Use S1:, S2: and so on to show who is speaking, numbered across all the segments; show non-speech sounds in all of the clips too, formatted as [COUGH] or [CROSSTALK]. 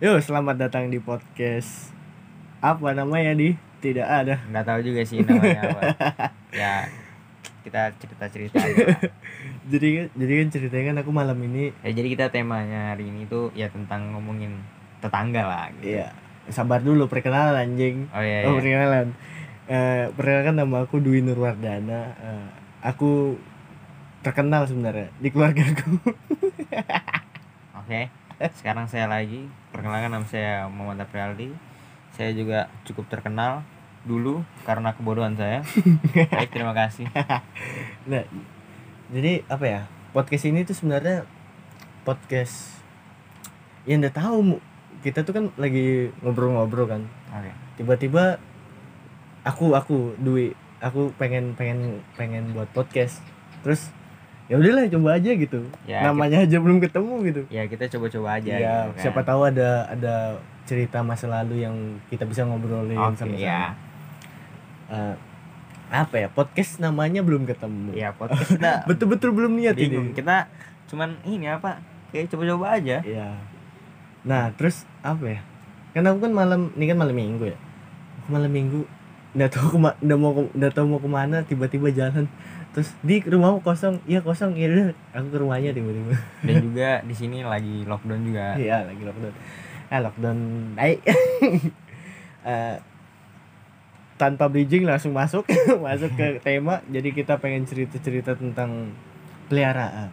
S1: Yo, selamat datang di podcast apa namanya di tidak ada.
S2: nggak tahu juga sih namanya
S1: [LAUGHS]
S2: apa ya kita cerita cerita
S1: Jadi kan- jadi kan ceritanya kan aku malam ini
S2: ya jadi kita temanya hari ini tuh ya tentang ngomongin tetangga lah gitu.
S1: ya sabar dulu perkenalan anjing.
S2: oh iya,
S1: Oh,
S2: iya.
S1: perkenalan. Eh, perkenalkan nama aku Dwi Nurwardana. Eh, aku terkenal sebenarnya di keluarga aku. [LAUGHS]
S2: oke sekarang saya lagi perkenalkan nama saya Muhammad Aprialdi saya juga cukup terkenal dulu karena kebodohan
S1: [LAUGHS]
S2: saya baik terima kasih
S1: Nah, jadi apa ya? Podcast ini tuh sebenarnya podcast yang udah tahu Mu. kita tuh kan lagi ngobrol-ngobrol kan.
S2: oke
S1: Tiba-tiba aku aku Dwi, aku pengen pengen pengen buat podcast. Terus ya udahlah coba aja gitu.
S2: ya
S1: Namanya aja belum ketemu gitu.
S2: kita, ya kita coba-coba aja
S1: ya,
S2: gitu kan.
S1: siapa tahu ada ada cerita masa lalu yang kita bisa ngobrolin
S2: oke
S1: sama-sama.
S2: ya
S1: Eh, apa ya? Podcast namanya belum ketemu.
S2: ya podcast
S1: [LAUGHS]
S2: kita
S1: Betul-betul belum niat ini.
S2: bingung kita cuman ini apa kayak coba-coba aja
S1: Iya. Nah, terus apa ya? Kan aku kan malam, ini kan malam minggu ya. Aku malam minggu nggak tahu kema, nggak mau ke- nggak tahu mau kemana tiba-tiba jalan terus di rumahmu kosong iya kosong iya udah. aku ke rumahnya tiba-tiba
S2: dan juga di sini lagi lockdown juga
S1: iya lagi lockdown ah lockdown baik [LAUGHS] Eh, tanpa bridging langsung masuk [LAUGHS] masuk ke tema jadi kita pengen cerita-cerita tentang peliharaan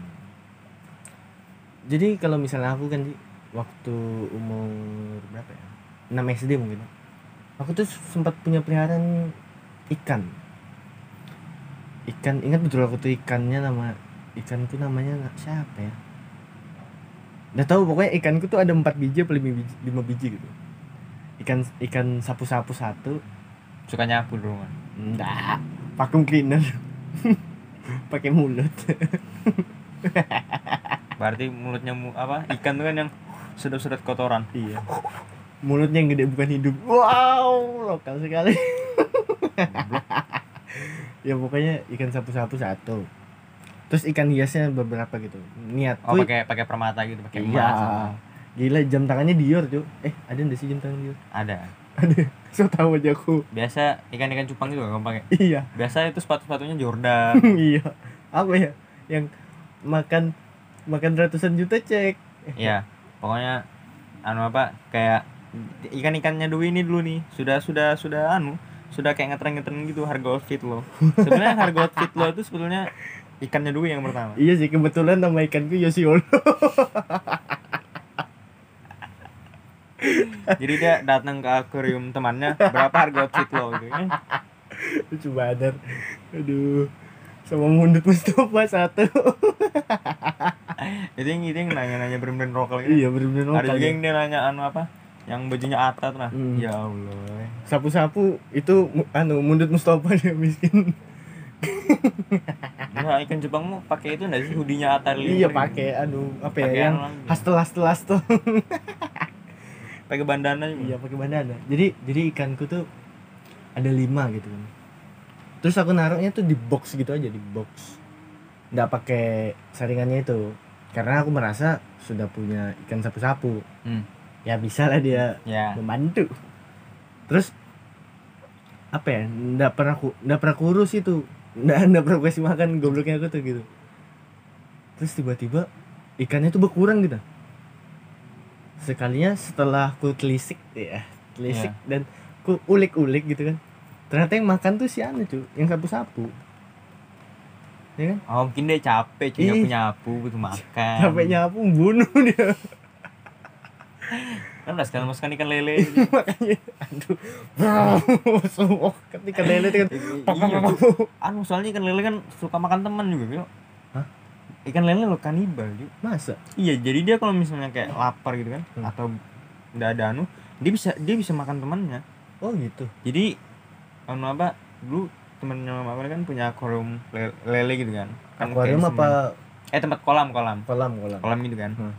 S1: jadi kalau misalnya aku kan Ji, waktu umur berapa ya 6 SD mungkin ya. aku tuh sempat punya peliharaan ikan ikan ingat betul aku tuh ikannya nama ikan tuh namanya nggak- siapa ya Nggak tahu pokoknya ikanku tuh ada empat biji apa lima biji, lima biji gitu. Ikan ikan sapu-sapu satu,
S2: suka nyapu di rumah
S1: enggak, vacuum cleaner. [LAUGHS] Pakai mulut. [LAUGHS]
S2: berarti mulutnya mu, apa ikan tuh kan yang sedot-sedot kotoran
S1: iya. Mulutnya yang gede bukan hidup. Wow, lokal sekali. [LAUGHS] ya pokoknya ikan sapu-sapu satu. Terus ikan hiasnya beberapa gitu. Niat
S2: oh pakai pakai permata gitu pakai emas
S1: iya. Gila jam tangannya Dior, Cuk. Eh, ada enggak sih jam tangan [LAUGHS] Dior?
S2: ada
S1: So tahu aja aku.
S2: biasa ikan-ikan cupang juga nggak pakai
S1: Iya.
S2: biasa itu sepatu-sepatunya Jordan
S1: [LAUGHS] iya apa ya yang makan makan ratusan juta cek
S2: ya pokoknya anu apa kayak ikan-ikannya Dwi ini dulu nih sudah sudah sudah anu sudah kayak ngetren-ngetren gitu harga outfit lo sebenarnya harga outfit lo itu sebetulnya ikannya Dwi yang pertama
S1: iya sih kebetulan nama ikanku Yosiolo
S2: jadi dia datang ke akuarium temannya berapa harga outfit lo gitu kan
S1: [LAUGHS] lucu badar aduh sama mundut Mustafa
S2: [LAUGHS]
S1: satu
S2: itu yang itu yang nanya-nanya brand-brand lokal gitu
S1: iya bener-bener
S2: ada
S1: lokal
S2: juga
S1: ya.
S2: yang dia nanya anu apa yang bajunya atat nah
S1: Hmm.
S2: ya allah
S1: sapu-sapu itu mu- anu mundut Mustafa dia miskin
S2: nah ikan Jepangmu pakai itu nggak sih hoodie-nya atar
S1: iya pakai aduh apa ya
S2: Pakai
S1: yang
S2: anu lagi.
S1: hastel hastel hastel
S2: pakai bandana juga
S1: iya pakai bandana jadi jadi ikanku tuh ada lima gitu kan terus aku naruhnya tuh di box gitu aja di box nggak pakai saringannya itu karena aku merasa sudah punya ikan sapu-sapu
S2: Hmm.
S1: ya bisa lah dia
S2: ya
S1: membantu terus apa ya nggak pernah ku nggak pernah kurus itu nggak nggak pernah kasih makan gobloknya aku tuh gitu terus tiba-tiba ikannya tuh berkurang gitu sekalinya setelah ku telisik ya telisik dan ku ulik-ulik gitu kan ternyata yang makan tuh si anu cu yang sapu-sapu Ya kan?
S2: oh mungkin dia capek
S1: Ih.
S2: cuy nyapu nyapu butuh makan
S1: sampai nyapu bunuh dia [LAUGHS]
S2: kan udah sekali masukkan ikan lele gitu.
S1: makanya aduh bro semua ketika lele itu kan
S2: iya anu soalnya ikan lele kan suka makan teman juga gitu
S1: Hah?
S2: ikan lele lo kanibal juga
S1: masa
S2: Iya, jadi dia kalau misalnya kayak lapar gitu kan
S1: Hmm.
S2: atau nggak ada anu, dia bisa dia bisa makan temannya.
S1: oh gitu
S2: Jadi anu apa? Dulu temennya mama aku kan punya akuarium le- lele gitu kan. Kan
S1: akuarium
S2: kayak
S1: apa
S2: semen- Eh tempat kolam kolam.
S1: kolam kolam
S2: Kolam gitu kan.
S1: Hmm.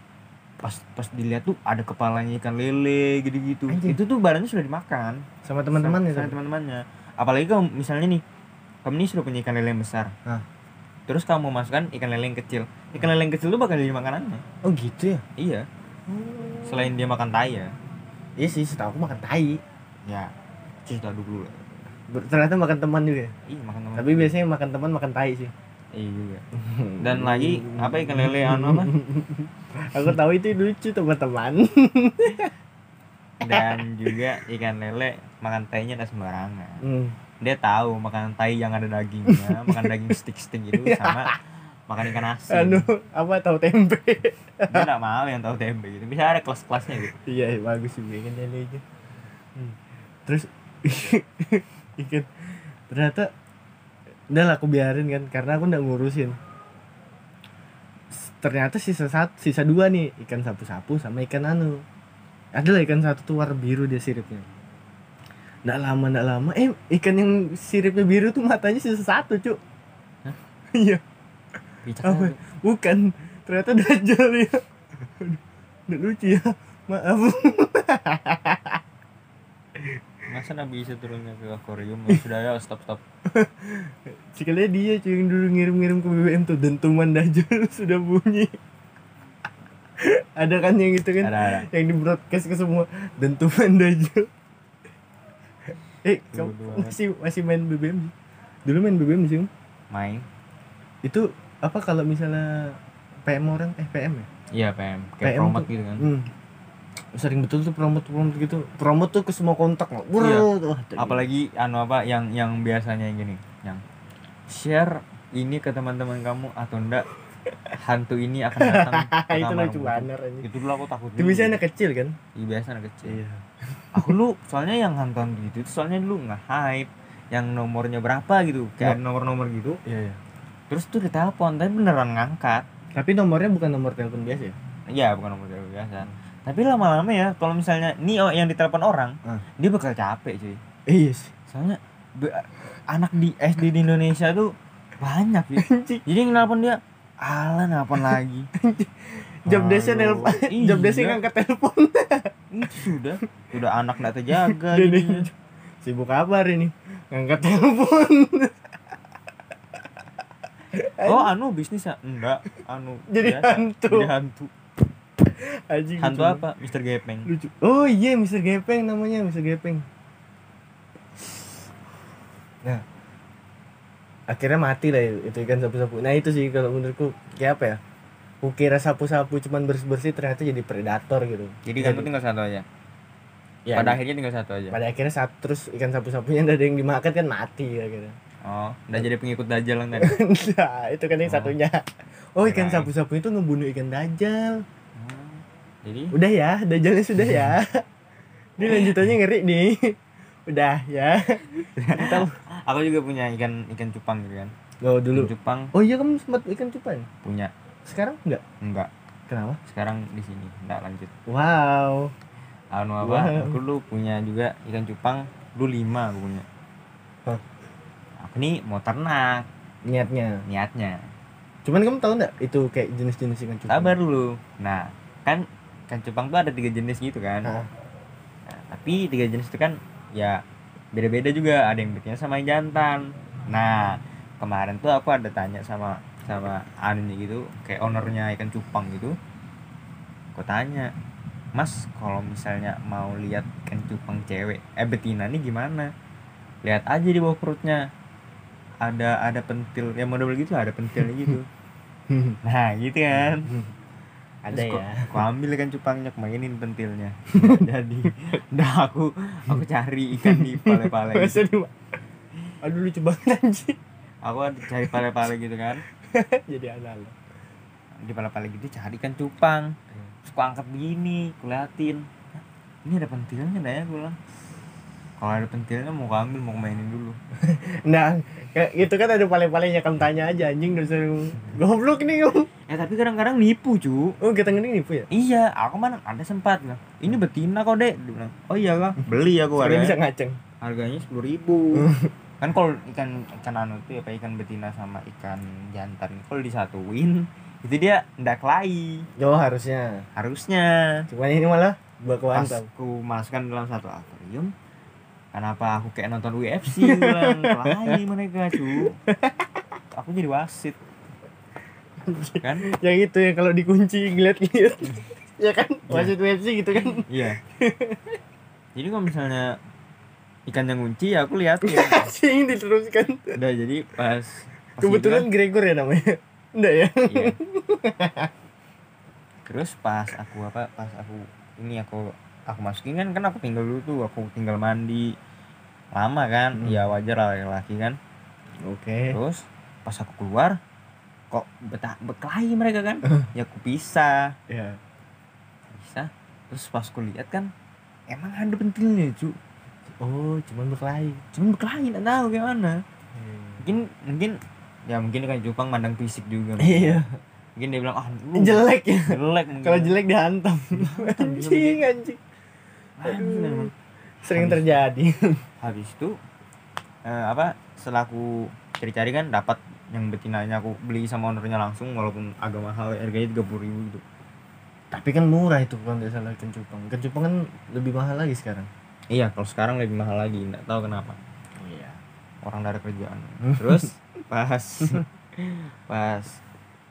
S2: Pas pas dilihat tuh ada kepalanya ikan lele gitu-gitu.
S1: Anjing.
S2: Itu tuh badannya sudah dimakan.
S1: sama teman-teman ya
S2: Sama- sama teman-temannya. Apalagi kalau misalnya nih kamu nih sudah punya ikan lele yang besar.
S1: Hah.
S2: Terus kamu masukkan ikan lele yang kecil. Ikan lele yang kecil tuh bakal jadi makanannya.
S1: oh gitu ya
S2: Iya. selain dia makan tai ya
S1: Iya sih, setahu aku makan tai.
S2: ya cerita dulu lah
S1: Ber- Ternyata makan teman juga. ya.
S2: ih makan teman
S1: Tapi biasanya makan teman makan tai sih.
S2: iya juga dan lagi apa ikan lele anu apa
S1: [LAUGHS] aku tahu itu lucu teman-teman.
S2: dan juga ikan lele makan tainya tak sembarangan
S1: Hmm.
S2: dia tahu makan tai yang ada
S1: [LAUGHS]
S2: dagingnya makan daging stick-stick itu sama makan ikan asin
S1: Anu, apa tahu tempe?
S2: dia nggak mau yang tahu tempe gitu bisa ada kelas-kelasnya gitu
S1: Iya, bagus sih ikan lele aja. Hmm. Terus [LAUGHS] ikan ternyata udah lah aku biarin kan karena aku udah ngurusin. S- Ternyata sisa satu, sisa dua nih ikan sapu-sapu sama ikan anu. Ada lah ikan satu tuh warna biru dia siripnya. Nggak lama nggak lama eh ikan yang siripnya biru tuh matanya sisa satu, Cuk. [LAUGHS] Iya.
S2: Bicak
S1: Apa?
S2: lele.
S1: Bukan, ternyata [LAUGHS] Dajjal ya. Aduh, Nggak lucu ya, maaf.
S2: masa nabi bisa turunnya ke akuarium ya sudah ya stop stop
S1: Sekalian dia cuy yang dulu ngirim-ngirim ke BBM tuh dentuman [LAUGHS] Dajjal sudah bunyi. Ada kan yang gitu kan?
S2: ada ada
S1: Yang di broadcast ke semua dentuman Dajjal. Eh, kamu
S2: Bodoh amat.
S1: masih masih main BBM? Dulu main BBM sih. Om.
S2: main
S1: Itu apa kalau misalnya PM orang eh PM ya?
S2: iya pm kayak
S1: PM
S2: promote
S1: tuh.
S2: gitu kan
S1: Hmm. Sering betul tuh promote promote gitu. Promote tuh ke semua kontak loh. Brrrr,
S2: Iya.
S1: wah, tadi.
S2: apalagi anu apa yang yang biasanya yang gini yang share ini ke teman-teman kamu atau enggak hantu ini akan
S1: [LAUGHS]
S2: datang ke
S1: itu
S2: kamarmu.
S1: lucu banget anjing.
S2: itu dulu aku takut
S1: Itu biasanya anak kecil kan?
S2: Iya, biasa anak kecil aku lu soalnya yang hantu hantu gitu itu soalnya lu nggak hype yang nomornya berapa gitu kayak nomor-nomor gitu
S1: Iya, iya.
S2: terus tuh ditelepon tapi beneran ngangkat
S1: Tapi nomornya bukan nomor telepon biasa ya?
S2: Iya bukan nomor telepon biasa. Tapi lama-lama ya kalau misalnya nih oh, yang ditelepon orang,
S1: Hmm.
S2: dia bakal capek cuy.
S1: Iya sih.
S2: Soalnya be- anak di SD di Indonesia tuh banyak ya. Jadi yang nelpon dia Ala nelpon lagi.
S1: [LAUGHS] Job desknya
S2: Halo.
S1: nelpon.
S2: Iya,
S1: Job desknya ngangkat telepon.
S2: Itu sudah. Sudah anak nggak terjaga.
S1: Dia- dia-
S2: jadinya.
S1: Sibuk apa hari ini? Ngangkat telepon.
S2: Oh anu bisnis ya? Enggak. Anu.
S1: Eh? [LAUGHS] Jadi
S2: biasa.
S1: hantu.
S2: Jadi hantu.
S1: Anjing.
S2: Hantu
S1: lucu
S2: apa? Mister
S1: banget.
S2: Gepeng.
S1: Lucu. Oh iya, Mr. Gepeng namanya, Mr. Gepeng. Nah. Akhirnya mati lah ya, itu ikan sapu-sapu. Nah, itu sih kalau menurutku kayak apa ya? Kukira sapu-sapu cuman bersih-bersih ternyata jadi predator gitu.
S2: Jadi hantu tinggal satu aja.
S1: Ya,
S2: Pada akhirnya tinggal satu aja.
S1: pada akhirnya saat terus ikan sapu-sapunya nggak ada yang dimakan kan mati akhirnya
S2: Oh, udah jadi pengikut dajal
S1: [LAUGHS]
S2: yang tadi.
S1: nah itu kan yang
S2: Oh.
S1: satunya oh ikan
S2: Kirain.
S1: sapu-sapu itu ngebunuh ikan dajal
S2: Oh, Jadi
S1: udah ya dajalnya sudah [LAUGHS] ya ini lanjutannya ngeri nih udah ya kita
S2: [LAUGHS] aku juga punya ikan ikan cupang gitu kan
S1: oh dulu
S2: Ikan cupang
S1: oh iya kamu sempat ikan cupan
S2: punya
S1: sekarang enggak
S2: enggak
S1: kenapa
S2: sekarang di sini enggak lanjut
S1: wow
S2: anu
S1: Wow.
S2: apa aku dulu punya juga ikan cupang dulu lima aku punya
S1: Hah?
S2: aku nih mau ternak
S1: niatnya
S2: niatnya
S1: cuman kamu tahu nggak itu kayak jenis-jenis ikan cupang
S2: sabar dulu nah kan ikan cupang tuh ada tiga jenis gitu kan
S1: Hah.
S2: Nah, tapi tiga jenis itu kan ya beda-beda juga ada yang betina sama yang jantan nah kemarin tuh aku ada tanya sama sama anunya gitu kayak ownernya ikan cupang gitu aku tanya mas kalau misalnya mau lihat ikan cupang cewek eh betina nih gimana lihat aja di bawah perutnya ada ada pentil yang model gitu ada pentilnya gitu nah gitu kan
S1: ada
S2: Terus Hmm. ku-
S1: ya
S2: Aku ambil ikan cupangnya, aku mainin pentilnya. Nggak [LAUGHS] jadi, udah aku aku cari ikan di pale-pale. gitu.
S1: [LAUGHS] Masa di aduh lucu banget anjing [LAUGHS]
S2: Aku ada cari pale-pale gitu kan.
S1: jadi ala ala
S2: Di pale-pale gitu cari ikan cupang. Terus aku angkat begini, aku liatin. "Hah, Ini ada pentilnya dah ya, aku bilang. Kalau ada pentilnya mau aku ambil, mau aku mainin dulu.
S1: Nah, kayak gitu kan ada paling-palingnya kamu tanya aja anjing dari [LAUGHS] seru. Goblok nih kamu.
S2: Ya tapi kadang-kadang nipu, cu.
S1: Oh, kita ngene nipu ya?
S2: Iya, aku mana ada sempat bilang, Ini betina kok, Dek. Dia bilang, "Oh iya kah? Beli aku ya?
S1: Supaya
S2: harganya."
S1: bisa ngaceng.
S2: harganya sepuluh ribu kan kalau ikan ikan anu itu apa ikan betina sama ikan jantan kalau disatuin itu dia ndak lagi
S1: Oh, harusnya.
S2: harusnya
S1: Cuman ini malah
S2: pas
S1: bakwan tau.
S2: aku masukkan dalam satu akuarium kenapa aku kayak nonton UFC ulang kelahi mereka cu aku jadi wasit kan
S1: Ya gitu [LAUGHS] Yang itu yang kalau dikunci ngeliat-ngeliat. ya kan wasit UFC [LAUGHS] gitu kan
S2: iya jadi kalau misalnya ikannya ngunci ya aku lihat ya
S1: anjing diteruskan
S2: udah jadi pas, pas kan
S1: kebetulan Gregor ya namanya enggak ya
S2: liburan, iya. [LAUGHS] terus pas aku apa pas aku ini aku aku masukin kan kan aku tinggal dulu tuh aku tinggal mandi lama kan
S1: Hmm. Eh.
S2: ya wajar lah laki-laki kan
S1: oke
S2: terus pas aku keluar kok betah berkelahi mereka kan
S1: Eh.
S2: ya aku pisah
S1: ya
S2: pisah terus pas aku lihat kan emang ada pentilnya cu
S1: oh cuman berkelahi
S2: cuman berkelahi nggak tahu gimana
S1: Hmm.
S2: mungkin mungkin ya mungkin kan Jepang mandang fisik juga
S1: iya
S2: mungkin dia bilang ah lu
S1: jelek ya
S2: jelek mungkin
S1: kalau jelek dihantam
S2: Dihantam juga
S1: anjing anjing
S2: Ah, anjing emang.
S1: sering terjadi
S2: habis itu eh, apa selaku cari-cari kan dapat yang betinanya aku beli sama ownernya langsung walaupun agak mahal harganya tiga puluh ribu gitu
S1: tapi kan murah itu kalau nggak salah ikan cupang ikan cupang kan lebih mahal lagi sekarang
S2: iya kalau sekarang lebih mahal lagi nggak tahu kenapa
S1: iya
S2: orang dari
S1: [LAUGHS]
S2: kerjaan terus pas pas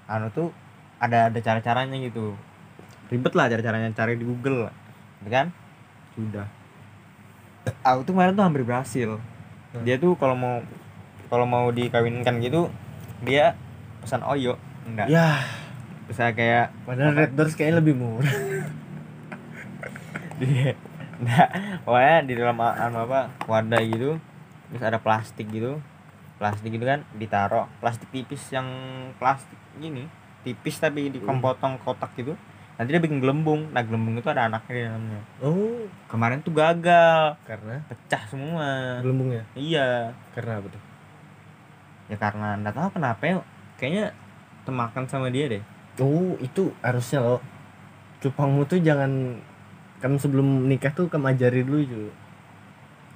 S2: anu tuh ada ada cara caranya gitu ribet lah cara caranya cari di Google lah Gitu kan sudah aku tuh kemarin tuh hampir berhasil
S1: Hmm.
S2: dia tuh kalau mau kalau mau dikawinkan gitu dia pesan oyo enggak
S1: ya
S2: bisa kayak
S1: padahal red doors kayaknya lebih murah
S2: dia enggak Iya. Nah, pokoknya di dalam a- anu apa wadah gitu terus ada plastik gitu plastik gitu kan ditaruh plastik tipis yang plastik gini tipis tapi di
S1: Hmm.
S2: potong kotak gitu nanti dia bikin gelembung nah gelembung itu ada anaknya di dalamnya
S1: oh
S2: kemarin tuh gagal
S1: karena
S2: pecah semua
S1: gelembungnya
S2: iya
S1: karena apa tuh
S2: ya karena nggak tahu kenapa ya kayaknya temakan sama dia deh
S1: oh itu harusnya loh cupangmu tuh jangan kamu sebelum nikah tuh kamu ajari dulu juga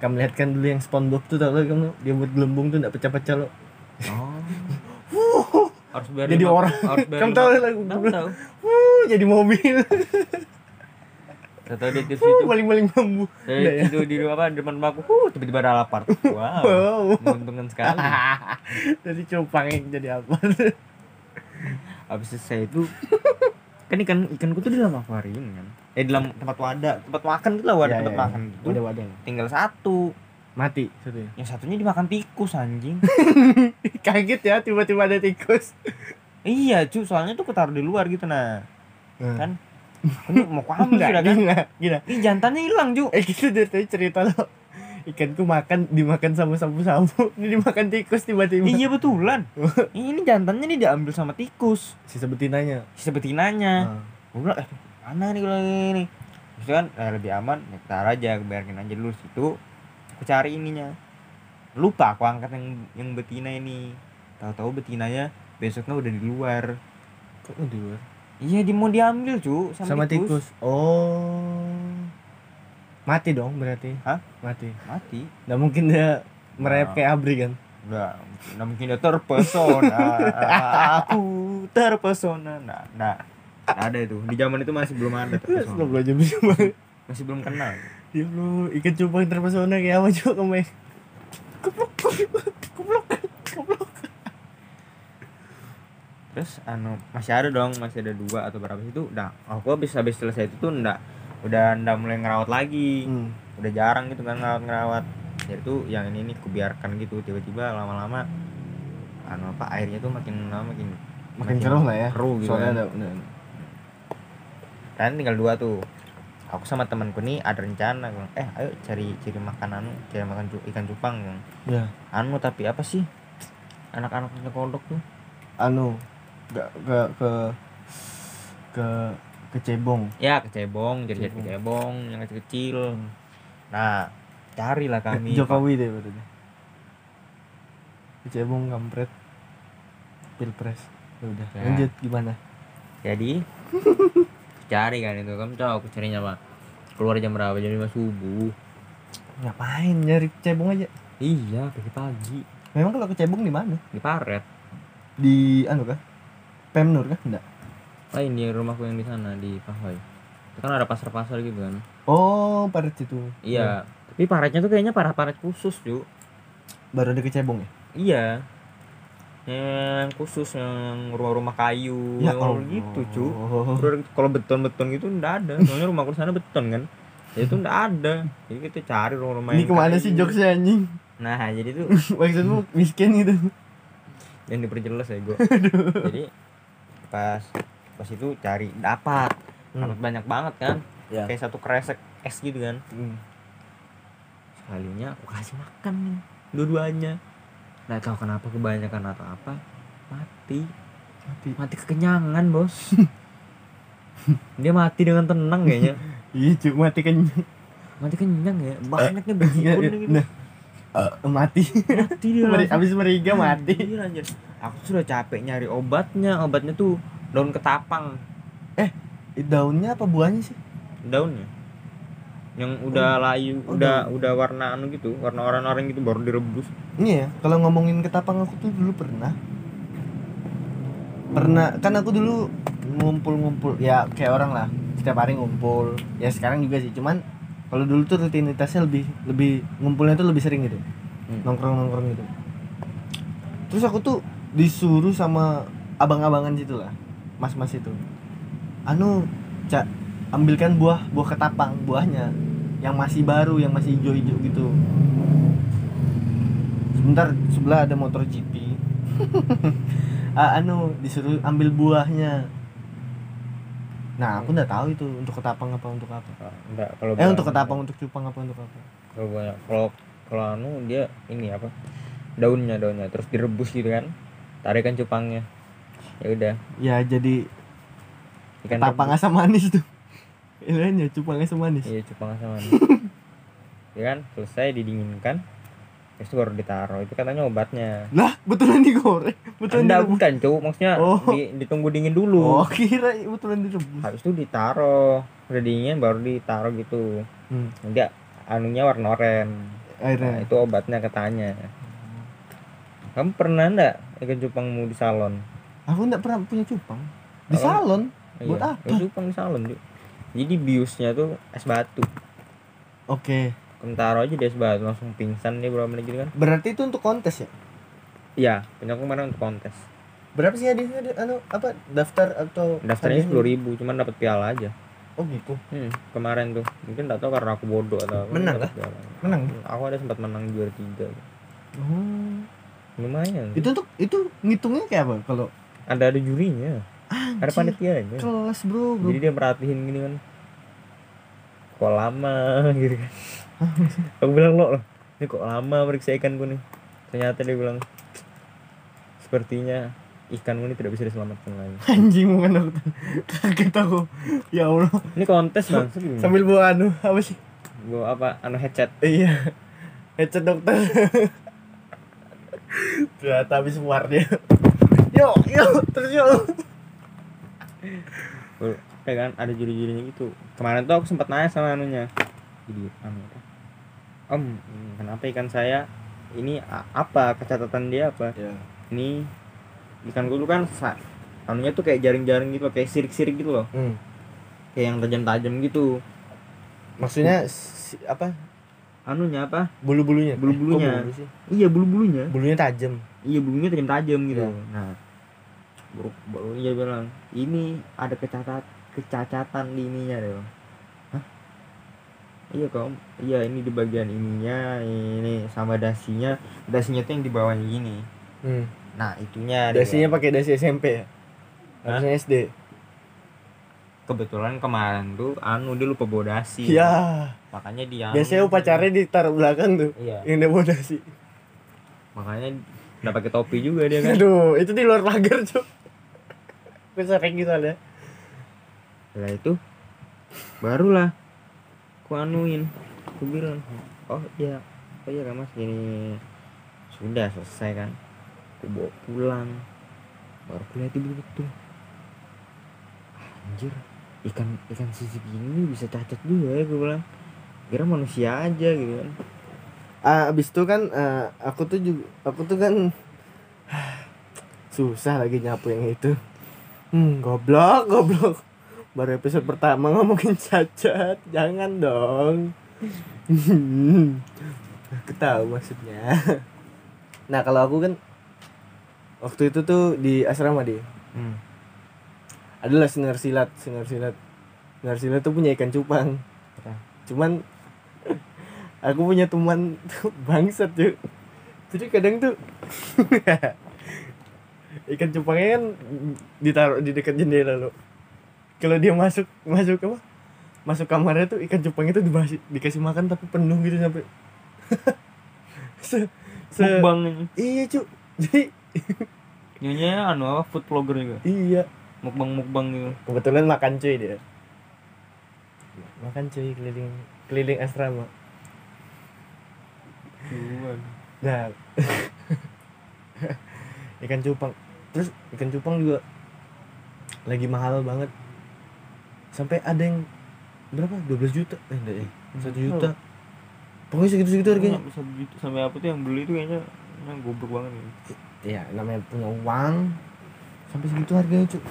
S1: kamu lihatkan dulu yang SpongeBob tuh tau lo kamu dia buat gelembung tuh nggak pecah-pecah lo
S2: [LAUGHS] oh harus biar
S1: Jadi
S2: lima-
S1: orang.
S2: harus biar
S1: kamu
S2: lima-
S1: tahu lagu
S2: tahu tahu
S1: Wuh, jadi mobil
S2: Tahu tahu dia tips
S1: Wuh, [LAUGHS]
S2: itu
S1: baling-baling bambu
S2: Dari
S1: Nggak ya?
S2: itu di rumah apa di depan rumahku, huh, tiba-tiba ada lapar.
S1: [LAUGHS]
S2: Wow,
S1: wow
S2: menguntungkan Oh. sekali.
S1: dari cupang yang [LAUGHS] jadi apa
S2: Habis
S1: [LAUGHS]
S2: selesai itu kan ikan ikanku tuh di dalam akuarium kan. Eh di dalam tempat wadah, tempat makan gitu lah wadah
S1: Ya,
S2: tempat
S1: ya, ya.
S2: makan itu.
S1: udah wadah
S2: Tinggal satu,
S1: mati satunya
S2: yang satunya dimakan tikus anjing. [LAUGHS]
S1: kaget ya tiba-tiba ada tikus
S2: iya cu, soalnya tuh ketaruh di luar gitu nah.
S1: kan
S2: Kan ini mau kamu
S1: enggak
S2: sudah kan?
S1: gila gila
S2: Ih jantannya hilang cu.
S1: eh gitu dari tadi cerita lo ikanku makan dimakan sama sapu-sapu ini [LAUGHS] dimakan tikus tiba-tiba
S2: Iya
S1: [LAUGHS]
S2: betulan. ini jantannya nih diambil sama tikus.
S1: sisa betinanya
S2: Sisa
S1: Ah.
S2: betinanya. gue bilang eh mana nih gue bilang ini terus kan eh, lebih aman ya taruh aja gue biarin aja dulu situ aku cari ininya lupa aku angkat yang yang betina ini tahu-tahu betinanya besoknya udah di luar
S1: kok di luar
S2: iya di mau diambil cu
S1: sama,
S2: sama,
S1: tikus. oh mati dong berarti
S2: Hah?
S1: mati
S2: mati
S1: nggak mungkin dia merayap
S2: Nah.
S1: kayak abri kan
S2: udah nah mungkin dia terpesona [LAUGHS] aku terpesona nah nah nggak ada itu di zaman itu masih belum ada
S1: Sebelum
S2: terpesona.
S1: lo jam cuma
S2: masih belum kenal
S1: [LAUGHS] ya lo ikan cupang terpesona kayak apa juga kamu ya? kupluk kupluk kupluk kupluk
S2: terus anu masih ada dong masih ada dua atau berapa sih itu udah aku habis habis selesai itu tuh ndak udah ndak mulai ngerawat lagi
S1: hmm.
S2: udah jarang gitu kan ngerawat ngerawat jadi tuh yang ini nih kubiarkan gitu tiba-tiba lama-lama anu apa airnya tuh makin lama makin
S1: makin keruh lah ya
S2: keruh gitu
S1: soalnya
S2: kan.
S1: ada ada- ada.
S2: kan tinggal dua tuh aku sama temanku nih ada rencana gua bilang, eh ayo cari cari makanan cari makan cu- ikan cupang gua bilang.
S1: ya
S2: anu tapi apa sih anak-anak punya kodok tuh
S1: anu ke ke ke ke, ke cebong
S2: ya kecebong jadi jadi kecebong yang kecil-kecil nah carilah
S1: [LAUGHS]
S2: kami
S1: Jokowi deh berarti ke cebong kampret pilpres ya udah
S2: Ya.
S1: lanjut gimana
S2: jadi cari kan itu kamu tahu aku carinya apa keluar jam berapa jam lima subuh
S1: ngapain nyari cebong aja
S2: iya pagi-pagi
S1: memang kalau ke cebong di mana
S2: di paret
S1: di anu kah Pemnur kah enggak
S2: lain di Oh, rumahku yang di sana di Pahoy itu kan ada pasar-pasar gitu kan
S1: oh paret situ
S2: iya tapi paretnya tuh kayaknya parah paret khusus cu
S1: baru ada ke cebong ya
S2: iya yang khusus yang rumah-rumah kayu
S1: Ya Oh.
S2: yang
S1: Allah.
S2: gitu cu Terus kalau beton-beton gitu nggak ada soalnya rumahku di sana beton kan ya itu nggak ada jadi kita cari rumah-rumah
S1: Ini
S2: yang
S1: kemana
S2: kayu.
S1: sih jokesnya anjing?
S2: gitu.
S1: [LAUGHS]
S2: nah jadi itu
S1: Maksudmu miskin gitu?
S2: yang diperjelas ya gue jadi pas pas itu cari dapat dapat banyak banget kan
S1: Hmm. Ya.
S2: kayak satu kresek es gitu kan sekalinya aku kasih makan nih dua-duanya nggak tahu kenapa kebanyakan atau apa mati
S1: Mati.
S2: mati kekenyangan
S1: [LAUGHS]
S2: bos dia mati dengan tenang kayaknya
S1: Iya cuk mati kenyang.
S2: mati kenyang ya banyaknya bajingan
S1: Iya, iya.
S2: gitu
S1: Nah, eh, mati. Iya,
S2: mati dia
S1: [LAUGHS] Meri-
S2: langsung.
S1: Abis meriga mati.
S2: Anjir, anjir. aku sudah capek nyari obatnya obatnya tuh daun ketapang
S1: Daunnya apa buahnya sih?
S2: daunnya yang udah layu
S1: Oh,
S2: udah udah warna anu gitu warna orang-orang gitu baru direbus
S1: Ini ya, kalau ngomongin ketapang aku tuh dulu pernah pernah kan aku dulu ngumpul-ngumpul ya kayak orang lah setiap hari ngumpul ya sekarang juga sih cuman kalau dulu tuh rutinitasnya lebih lebih ngumpulnya tuh lebih sering gitu
S2: Hmm.
S1: nongkrong nongkrong gitu terus aku tuh disuruh sama abang-abangan situ lah mas-mas itu anu cak ambilkan buah buah ketapang buahnya yang masih baru yang masih hijau-hijau gitu sebentar sebelah ada motor
S2: [LAUGHS]
S1: GP Ah, anu disuruh ambil buahnya nah
S2: Iya.
S1: aku nggak tahu itu untuk ketapang apa untuk apa
S2: Ah, enggak kalau
S1: eh untuk ketapang untuk cupang apa untuk apa
S2: kalau banyak kalau kalau anu dia ini apa daunnya daunnya terus direbus gitu kan tarikan cupangnya ya udah
S1: ya jadi
S2: ikan
S1: ketapang
S2: rebus.
S1: asam manis tuh [LAUGHS] Ilahnya cupang asam manis
S2: iya cupang asam manis.
S1: [LAUGHS]
S2: ya kan selesai didinginkan terus itu baru ditaruh itu katanya obatnya
S1: lah betulan digoreng betulan
S2: Enggak
S1: direbus
S2: bukan cowok maksudnya
S1: Oh.
S2: di- ditunggu dingin dulu
S1: oh kira betulan direbus
S2: habis itu ditaruh udah dingin baru ditaruh gitu
S1: Hmm,
S2: enggak anunya warna oranye Nah,
S1: akhirnya
S2: itu obatnya katanya. Kamu pernah enggak ikan cupangmu di salon?
S1: aku nggak pernah punya cupang di
S2: Kalau-
S1: salon Buat
S2: Iya,
S1: apa?
S2: ikan cupang di salon, Dik. Jadi biusnya tuh es batu.
S1: oke
S2: Kentaro aja di es batu langsung pingsan dia berapa menit gitu kan?
S1: berarti itu untuk kontes ya
S2: Iya, punya aku kemarin untuk kontes.
S1: berapa sih hadiahnya Ada- anu apa daftar atau hadiahnya?
S2: Daftarnya sepuluh ribu, cuman dapat piala aja.
S1: oh gitu
S2: Hmm, kemarin tuh mungkin tak tahu karena aku bodoh atau apa,
S1: Menang
S2: dapet piala.
S1: menang
S2: Aku ada sempat menang juara tiga.
S1: oh
S2: Lumayan.
S1: itu untuk itu ngitungnya kayak apa kalau
S2: Ada ada jurinya, ada
S1: Anjir,
S2: panitianya.
S1: kelas bro, bro.
S2: Iya. Jadi dia merhatiin gini kan. Kok lama [LAUGHS] gitu kan. Aku bilang lo loh, ini kok lama periksa ikanku nih. Ternyata dia bilang sepertinya ikanmu ini tidak bisa diselamatkan lagi.
S1: [LAUGHS] anjing bukan dokter kaget aku ya allah
S2: Ini kontes bang. Sambil
S1: sambil bawa anu apa sih
S2: bawa apa? Anu headset.
S1: iya headset dokter [LAUGHS] ternyata habis muar dia yo yo terus yo
S2: Baru- Ya kan ada juri-jurinya gitu. Kemarin tuh aku sempat nanya sama anunya. Jadi anu apa? Om, kenapa ikan saya ini a- apa? Kecatatan dia apa? ini ikan dulu kan sa- anunya tuh kayak jaring-jaring gitu loh, kayak sirik-sirik gitu loh
S1: Hmm,
S2: kayak yang tajam-tajam gitu
S1: maksudnya si- apa
S2: anunya apa
S1: bulu bulunya
S2: Bulu bulunya.
S1: sih?
S2: iya bulu-bulunya
S1: bulunya tajam
S2: iya bulunya tajam-tajam gitu
S1: Iya.
S2: nah baru, baru dia bilang ini ada kecatat kecacatan di ininya deh Bang." Hah? iya kaum iya ini di bagian ininya ini sama dasinya dasinya tuh yang di bawahnya gini
S1: hmm.
S2: nah itunya dia
S1: dasinya
S2: bilang.
S1: pakai dasi SMP ya
S2: Hah?
S1: harusnya SD
S2: kebetulan kemarin tuh anu dia lupa bawa dasi
S1: ya
S2: makanya dia anu.
S1: biasanya upacaranya ditaruh belakang tuh
S2: iya
S1: yang debodasi
S2: makanya nggak pakai topi
S1: [LAUGHS]
S2: juga dia kan
S1: aduh itu di luar pagar cok gue sering gitu ada
S2: lah itu barulah ku anuin ku bilang oh iya oh iya kan mas gini sudah selesai kan ku bawa pulang baru ku lihat betul anjir ikan ikan sisi gini bisa cacat juga ya gue bilang kira manusia aja gitu kan
S1: ah abis itu kan eh, aku tuh juga aku tuh kan susah lagi nyapu yang itu hmm goblok goblok baru episode pertama ngomongin cacat jangan dong [LAUGHS] aku tahu maksudnya nah kalau aku kan waktu itu tuh di asrama deh
S2: Hmm.
S1: adalah sinar silat sinar silat sinar silat tuh punya ikan cupang
S2: Apa?
S1: cuman aku punya teman tuh bangsat cuy jadi kadang tuh [LAUGHS] ikan cupangnya kan ditaruh di dekat jendela lo kalau dia masuk masuk apa masuk kamarnya tuh ikan cupangnya tuh dibasi, dikasih makan tapi penuh gitu sampai [LAUGHS] se, se
S2: Mukbang ini.
S1: iya cuy jadi
S2: Nyonya anu apa food vlogger juga.
S1: iya
S2: Mukbang mukbang gitu.
S1: Kebetulan makan cuy dia. Makan cuy keliling keliling asrama. Nah. [LAUGHS] ikan cupang. Terus ikan cupang juga lagi mahal banget. Sampai ada yang berapa? 12 juta. Eh enggak ya. 1 juta. Pokoknya segitu-segitu harganya.
S2: Sampai satu juta sampai apa tuh yang beli tuh kayaknya yang goblok banget gitu.
S1: Iya, namanya punya uang. Sampai segitu harganya, cuy.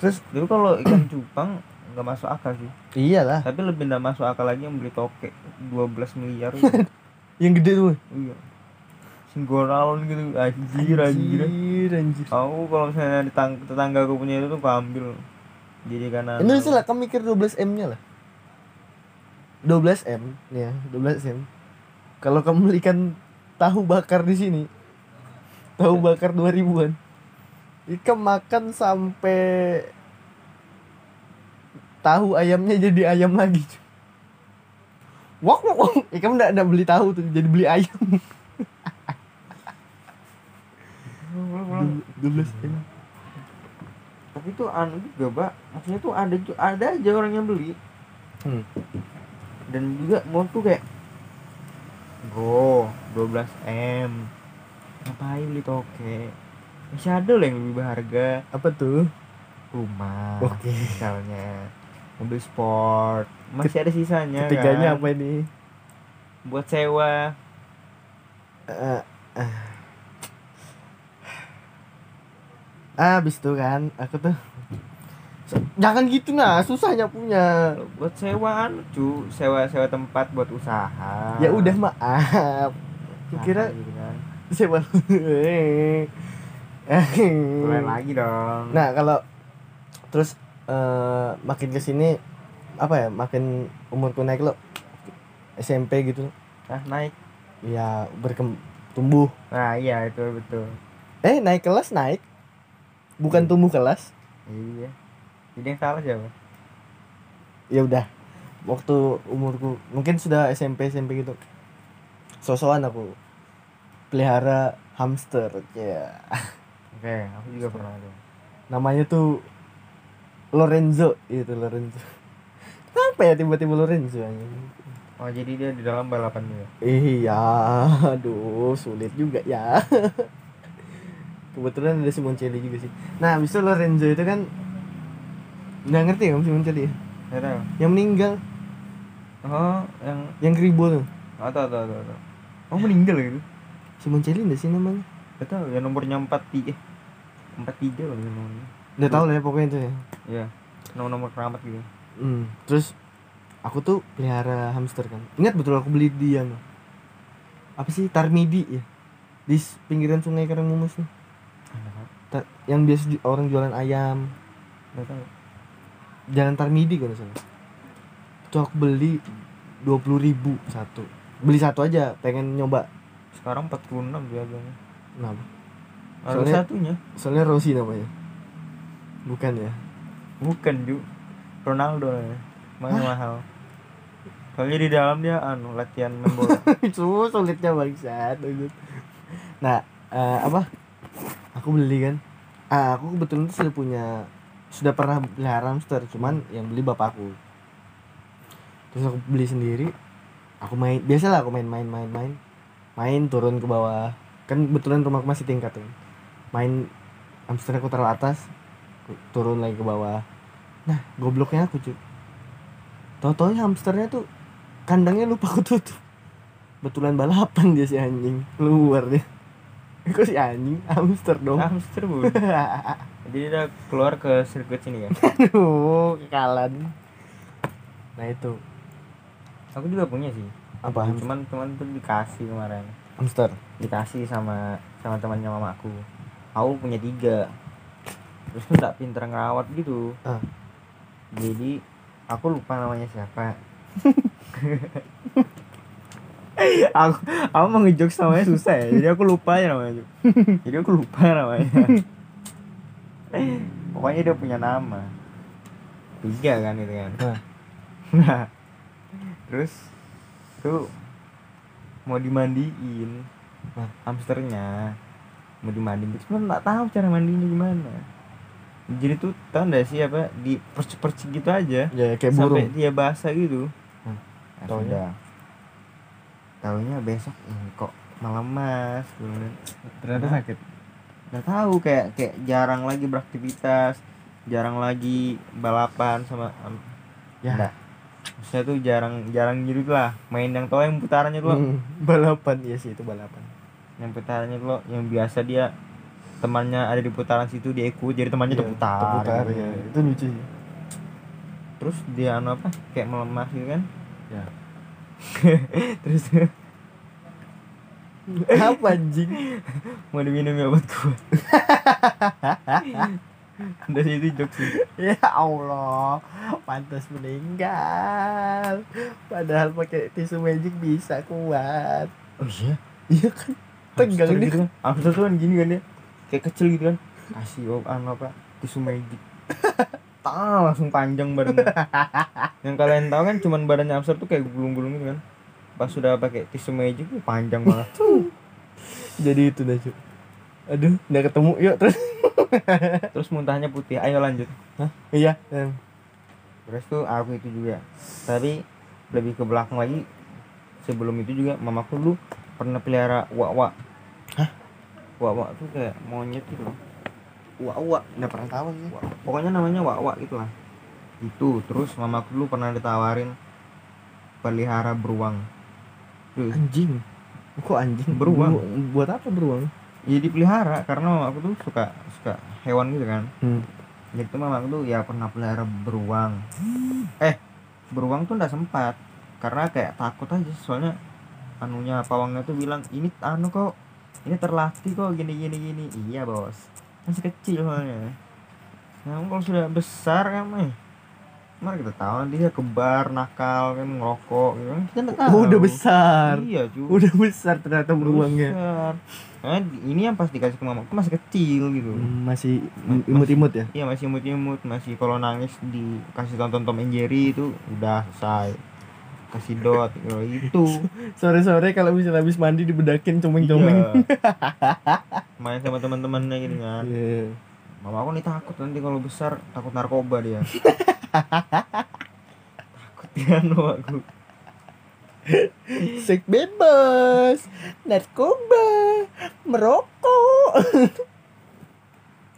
S1: Terus
S2: Tapi kalau ikan cupang nggak masuk akal sih.
S1: iyalah,
S2: Tapi lebih nggak masuk akal lagi yang beli toke 12 miliar.
S1: yang gede tuh.
S2: iya. Singgoraon gitu anjir anjir.
S1: anjir. anjir.
S2: Aku kalau misalnya tetang- tetangga aku punya itu tuh aku ambil. Jadi karena
S1: Indonesia lah, kamu mikir 12M nya lah 12M, ya 12M Kalau kamu beli ikan tahu bakar di sini Tahu bakar 2000an Ikan makan sampai Tahu ayamnya jadi ayam lagi cuy. Wok wok wok Ya, Ikan enggak, enggak beli tahu tuh, jadi beli ayam 12M
S2: tapi tuh anu juga pak maksudnya tuh ada ju- ada aja orang yang beli
S1: Hmm.
S2: dan juga mau tuh kayak bro 12 m ngapain beli toke masih ada loh yang lebih berharga
S1: Apa tuh? Oh.
S2: rumah
S1: Oke.
S2: misalnya mobil sport masih ada sisanya
S1: Ketiganya
S2: kan?
S1: apa ini?
S2: buat sewa
S1: Eh, eh. ah abis itu kan aku tuh "S- jangan gitu nah susahnya punya
S2: buat sewaan cu sewa sewa tempat buat usaha
S1: ya udah maaf
S2: Usaha
S1: kira
S2: gitu kan.
S1: sewa
S2: Mulai lagi dong
S1: nah kalau terus eh, makin kesini apa ya makin umurku naik lo SMP gitu
S2: nah naik
S1: ya berkemb tumbuh
S2: nah iya itu betul
S1: eh naik kelas naik bukan tumbuh kelas
S2: Iya. Jadi yang salah siapa?
S1: ya udah waktu umurku mungkin sudah SMP SMP gitu sosokan aku pelihara hamster ya
S2: Oke, aku juga pernah ada.
S1: namanya tuh Lorenzo itu Lorenzo kenapa ya tiba-tiba Lorenzo anjing?
S2: Oh, jadi dia di dalam balapan juga.
S1: iya aduh sulit juga ya kebetulan ada Simoncelli juga sih nah habis itu Lorenzo itu kan nggak ngerti ya kamu Simoncelli ya?
S2: Nggak tahu.
S1: yang meninggal
S2: Oh, yang
S1: yang kribo tuh
S2: oh, tahu tahu tahu. tahu. Oh, meninggal gitu.
S1: Simoncelli nggak sih namanya
S2: Nggak tahu, yang nomornya 43 eh 43 kalau yang nomornya.
S1: Udah tau lah ya pokoknya itu ya
S2: Iya. Nomor-nomor keramat gitu.
S1: Hmm, terus aku tuh pelihara hamster kan. Ingat betul aku beli di yang apa sih Tarmidi ya di s- pinggiran sungai Karangmumus tuh. Ta- yang biasa ju- orang jualan ayam
S2: Nggak tahu.
S1: jalan Tarmidi kalau nggak salah. Itu aku beli dua puluh ribu satu. Beli satu aja pengen nyoba.
S2: Sekarang 46 dia agaknya.
S1: Kenapa?
S2: Ada
S1: Soalnya-
S2: satunya.
S1: Soalnya Rosie namanya. Bukan ya? [LAUGHS]
S2: Bukan, Ju. Ronaldo ya. Mahal mahal. Soalnya di dalam dia anu latihan main bola.
S1: itu sulitnya bangsat bangsat. nah eh, apa aku beli kan ah, aku kebetulan tuh sudah punya sudah pernah pelihara hamster cuman yang beli bapakku terus aku beli sendiri aku main biasalah aku main main main main main turun ke bawah kan kebetulan rumahku masih tingkat kan main hamster aku taruh atas ku- turun lagi ke bawah nah gobloknya aku cuy tau hamsternya tuh kandangnya lupa aku tutup betulan balapan dia si anjing keluar dia [LAUGHS] kok si anjing hamster
S2: [LAUGHS]
S1: dong
S2: Hamster, Bu. Jadi dia keluar ke sirkuit sini kan.
S1: aduh kekalan nah itu
S2: Aku juga punya sih.
S1: apa ham-
S2: cuman cuman tuh dikasih kemarin
S1: hamster
S2: dikasih sama sama temannya mama aku aku punya tiga terus aku tak pinter ngerawat gitu
S1: Ah.
S2: jadi aku lupa namanya siapa [LAUGHS] aku aku mau ngejok namanya susah ya jadi aku lupa aja namanya Ju. jadi aku lupa namanya pokoknya dia punya nama tiga kan itu kan
S1: Ah.
S2: nah terus tuh mau dimandiin Nah,
S1: Ah.
S2: hamsternya mau dimandiin cuma nggak tahu cara mandinya gimana jadi tuh tau nggak sih apa di percik-percik gitu aja
S1: ya kayak
S2: sampai
S1: burung
S2: dia basah gitu
S1: Hmm.
S2: nah,
S1: Taunya?
S2: sudah taunya besok "Ih, kok melemas gitu
S3: ternyata
S2: Hah?
S3: sakit
S2: nggak tahu kayak kayak jarang lagi beraktivitas jarang lagi balapan sama em,
S1: Ya.
S2: nggak. maksudnya tuh jarang jarang gitu lah main yang tau yang putarannya tuh
S1: Hmm, balapan ya sih itu balapan
S2: yang putarannya tuh yang biasa dia temannya ada di putaran situ dia ikut jadi temannya
S1: Iya,
S2: terputar,
S1: terputar,
S2: gitu.
S1: ya. itu lucu sih
S2: terus dia anu apa kayak melemah gitu kan
S3: Ya.
S2: [LAUGHS] terus
S1: [LAUGHS]
S2: [LAUGHS]
S1: apa anjing
S2: mau diminum ya buat gua dari situ jokes sih
S1: ya Allah pantas meninggal padahal pakai tisu magic bisa kuat
S2: oh iya
S1: iya kan tegang
S2: Hamster
S1: dia
S2: gitu kan hamster tuh kan gini kan ya kayak kecil gitu kan kasih om anu apa tisu magic Tang, langsung panjang badannya yang kalian tahu kan cuman badannya hamster tuh kayak gulung-gulung gitu kan pas sudah pakai tisu magic tuh panjang banget
S1: jadi itu dah Cuk. aduh udah ketemu yuk terus
S2: terus muntahnya putih ayo lanjut
S1: iya em,
S2: terus tuh aku itu juga tapi lebih ke belakang lagi sebelum itu juga mamaku dulu pernah pelihara wak-wak wak-wak tuh kayak monyet gitu loh wak-wak
S1: nggak pernah tahu sih
S2: Wak- pokoknya namanya wak-wak gitu lah itu terus mamaku dulu pernah ditawarin pelihara beruang
S1: anjing kok anjing
S2: Beruang.
S1: Bu- buat apa beruang
S2: ya dipelihara karena mamaku tuh suka suka hewan gitu kan
S1: Hmm.
S2: jadi tuh mamaku tuh ya pernah pelihara beruang eh beruang tuh nggak sempat karena kayak takut aja soalnya anunya pawangnya tuh bilang ini anu kok ini terlatih kok gini gini gini iya bos masih kecil soalnya Nah, kalau sudah besar kan, eh. Mari kita tahu nanti dia kebar, nakal, kan ngerokok gitu kan. Kita nggak tahu.
S1: oh, udah besar
S2: Iya, cuy.
S1: udah besar ternyata beruangnya
S2: Besar. Nah, di- ini yang pas dikasih ke mamaku masih kecil gitu.
S1: Hmm, masih imut-imut ya
S2: Iya, masih imut-imut, masih kalau nangis dikasih tonton Tom and Jerry itu udah selesai. Kasih dot gitu,
S1: [LAUGHS]
S2: itu.
S1: sore-sore kalau misalnya habis mandi dibedakin comeng-comeng
S2: Iya. [LAUGHS] Main sama teman-temannya gitu kan.
S1: Iya.
S2: Mama aku nih takut nanti kalau besar takut narkoba
S1: [LAUGHS]
S2: dia. takut dia mama aku.
S1: Seks bebas, narkoba, merokok,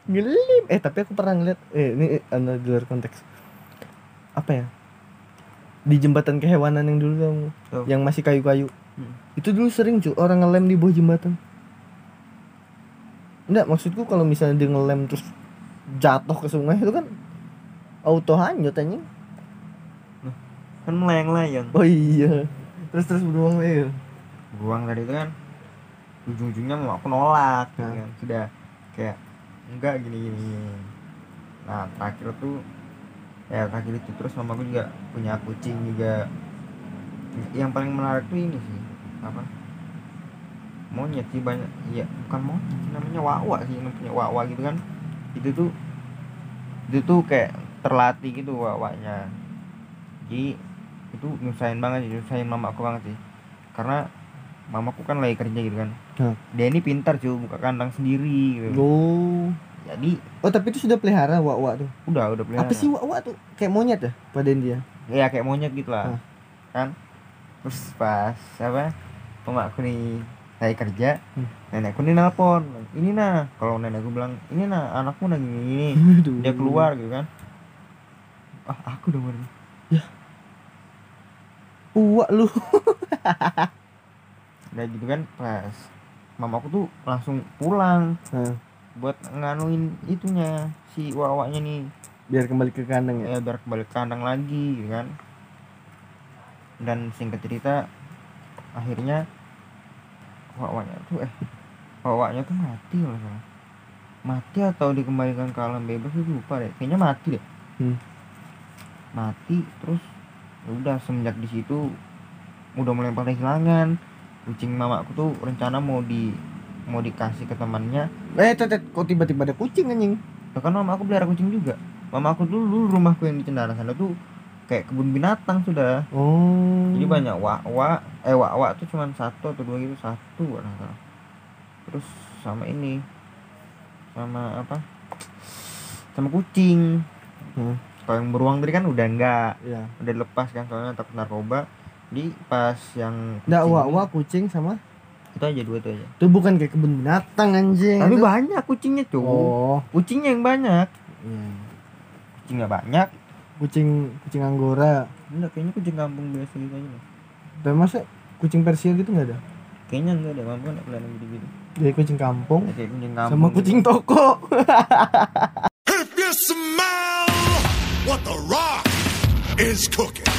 S1: ngelim. Eh tapi aku pernah ngeliat, eh ini eh, anu, di luar konteks. Apa ya? Di jembatan kehewanan yang dulu kamu,
S2: Tahu.
S1: yang masih kayu-kayu.
S2: Hmm.
S1: Itu dulu sering cuy orang ngelem di bawah jembatan. Enggak, maksudku kalau misalnya dia ngelem terus jatuh ke sungai itu kan auto hanyut anjing.
S2: Kan melayang-layang.
S1: Oh iya. Terus terus beruang ya.
S2: Buang tadi itu kan ujung-ujungnya mama aku nolak gitu
S1: Nah.
S2: kan. Sudah kayak enggak gini-gini. Nah, terakhir tuh ya terakhir itu terus mama aku juga punya kucing juga. Yang paling menarik tuh ini sih. Apa? Monyet sih banyak. Iya, bukan monyet, namanya wawa sih, yang punya wawa gitu kan. Itu tuh itu tuh kayak terlatih gitu wawanya jadi itu nyusahin banget sih, nyusahin mamaku banget sih karena mamaku kan lagi kerja gitu kan
S1: Hmm.
S2: dia ini pintar cuy buka kandang sendiri gitu.
S1: Oh.
S2: jadi
S1: Oh tapi itu sudah pelihara wak-wak tuh
S2: udah udah pelihara
S1: Apa sih wak-wak tuh? Kayak monyet ya pada dia
S2: ya kayak monyet gitu lah
S1: Hmm.
S2: kan terus pas apa mamaku nih lagi kerja
S1: Hmm.
S2: nenekku nih nelpon ini nah kalau nenekku bilang ini nah anakmu nah gini, gini.
S1: Aduh.
S2: dia keluar gitu kan ah aku dong
S1: Uwak lu
S2: udah gitu kan pas mamaku tuh langsung pulang
S1: Heeh.
S2: buat nganuin itunya si wawaknya nih
S1: Biar kembali ke kandang ya
S2: ya biar kembali ke kandang lagi gitu kan dan singkat cerita akhirnya wawaknya tuh eh wawaknya tuh mati loh mati atau dikembalikan ke alam bebas itu lupa deh kayaknya mati deh
S1: Hmm.
S2: mati terus ya udah semenjak di situ udah mulai pada hilangan kucing mamaku tuh rencana mau di mau dikasih ke temannya
S1: eh tetet kok tiba-tiba ada kucing anjing
S2: ya kan mama aku pelihara kucing juga mama aku dulu dulu rumahku yang di Cendana sana tuh kayak kebun binatang sudah
S1: oh
S2: jadi banyak wak wak eh wak wak tuh cuman satu atau dua gitu satu kalau nggak salah. terus sama ini sama apa sama kucing
S1: Hmm.
S2: kalau yang beruang tadi kan udah enggak
S1: ya
S2: udah dilepas kan soalnya takut narkoba di pas yang
S1: nggak
S2: kucing
S1: wak wak kucing sama
S2: itu aja dua itu aja
S1: itu bukan kayak kebun binatang anjing Eh,
S2: tapi
S1: Itu-
S2: banyak kucingnya cuy
S1: oh
S2: kucingnya yang banyak
S1: iya.
S2: kucingnya banyak
S1: kucing kucing anggora
S2: enggak kayaknya kucing kampung biasa gitu aja loh.
S1: dan masa kucing persia gitu nggak ada
S2: kayaknya enggak deh mampu enggak pernah gitu gitu
S1: jadi kucing kampung
S2: kayak kucing kampung
S1: sama
S2: gitu.
S1: kucing toko
S4: If you smell what the rock is cooking.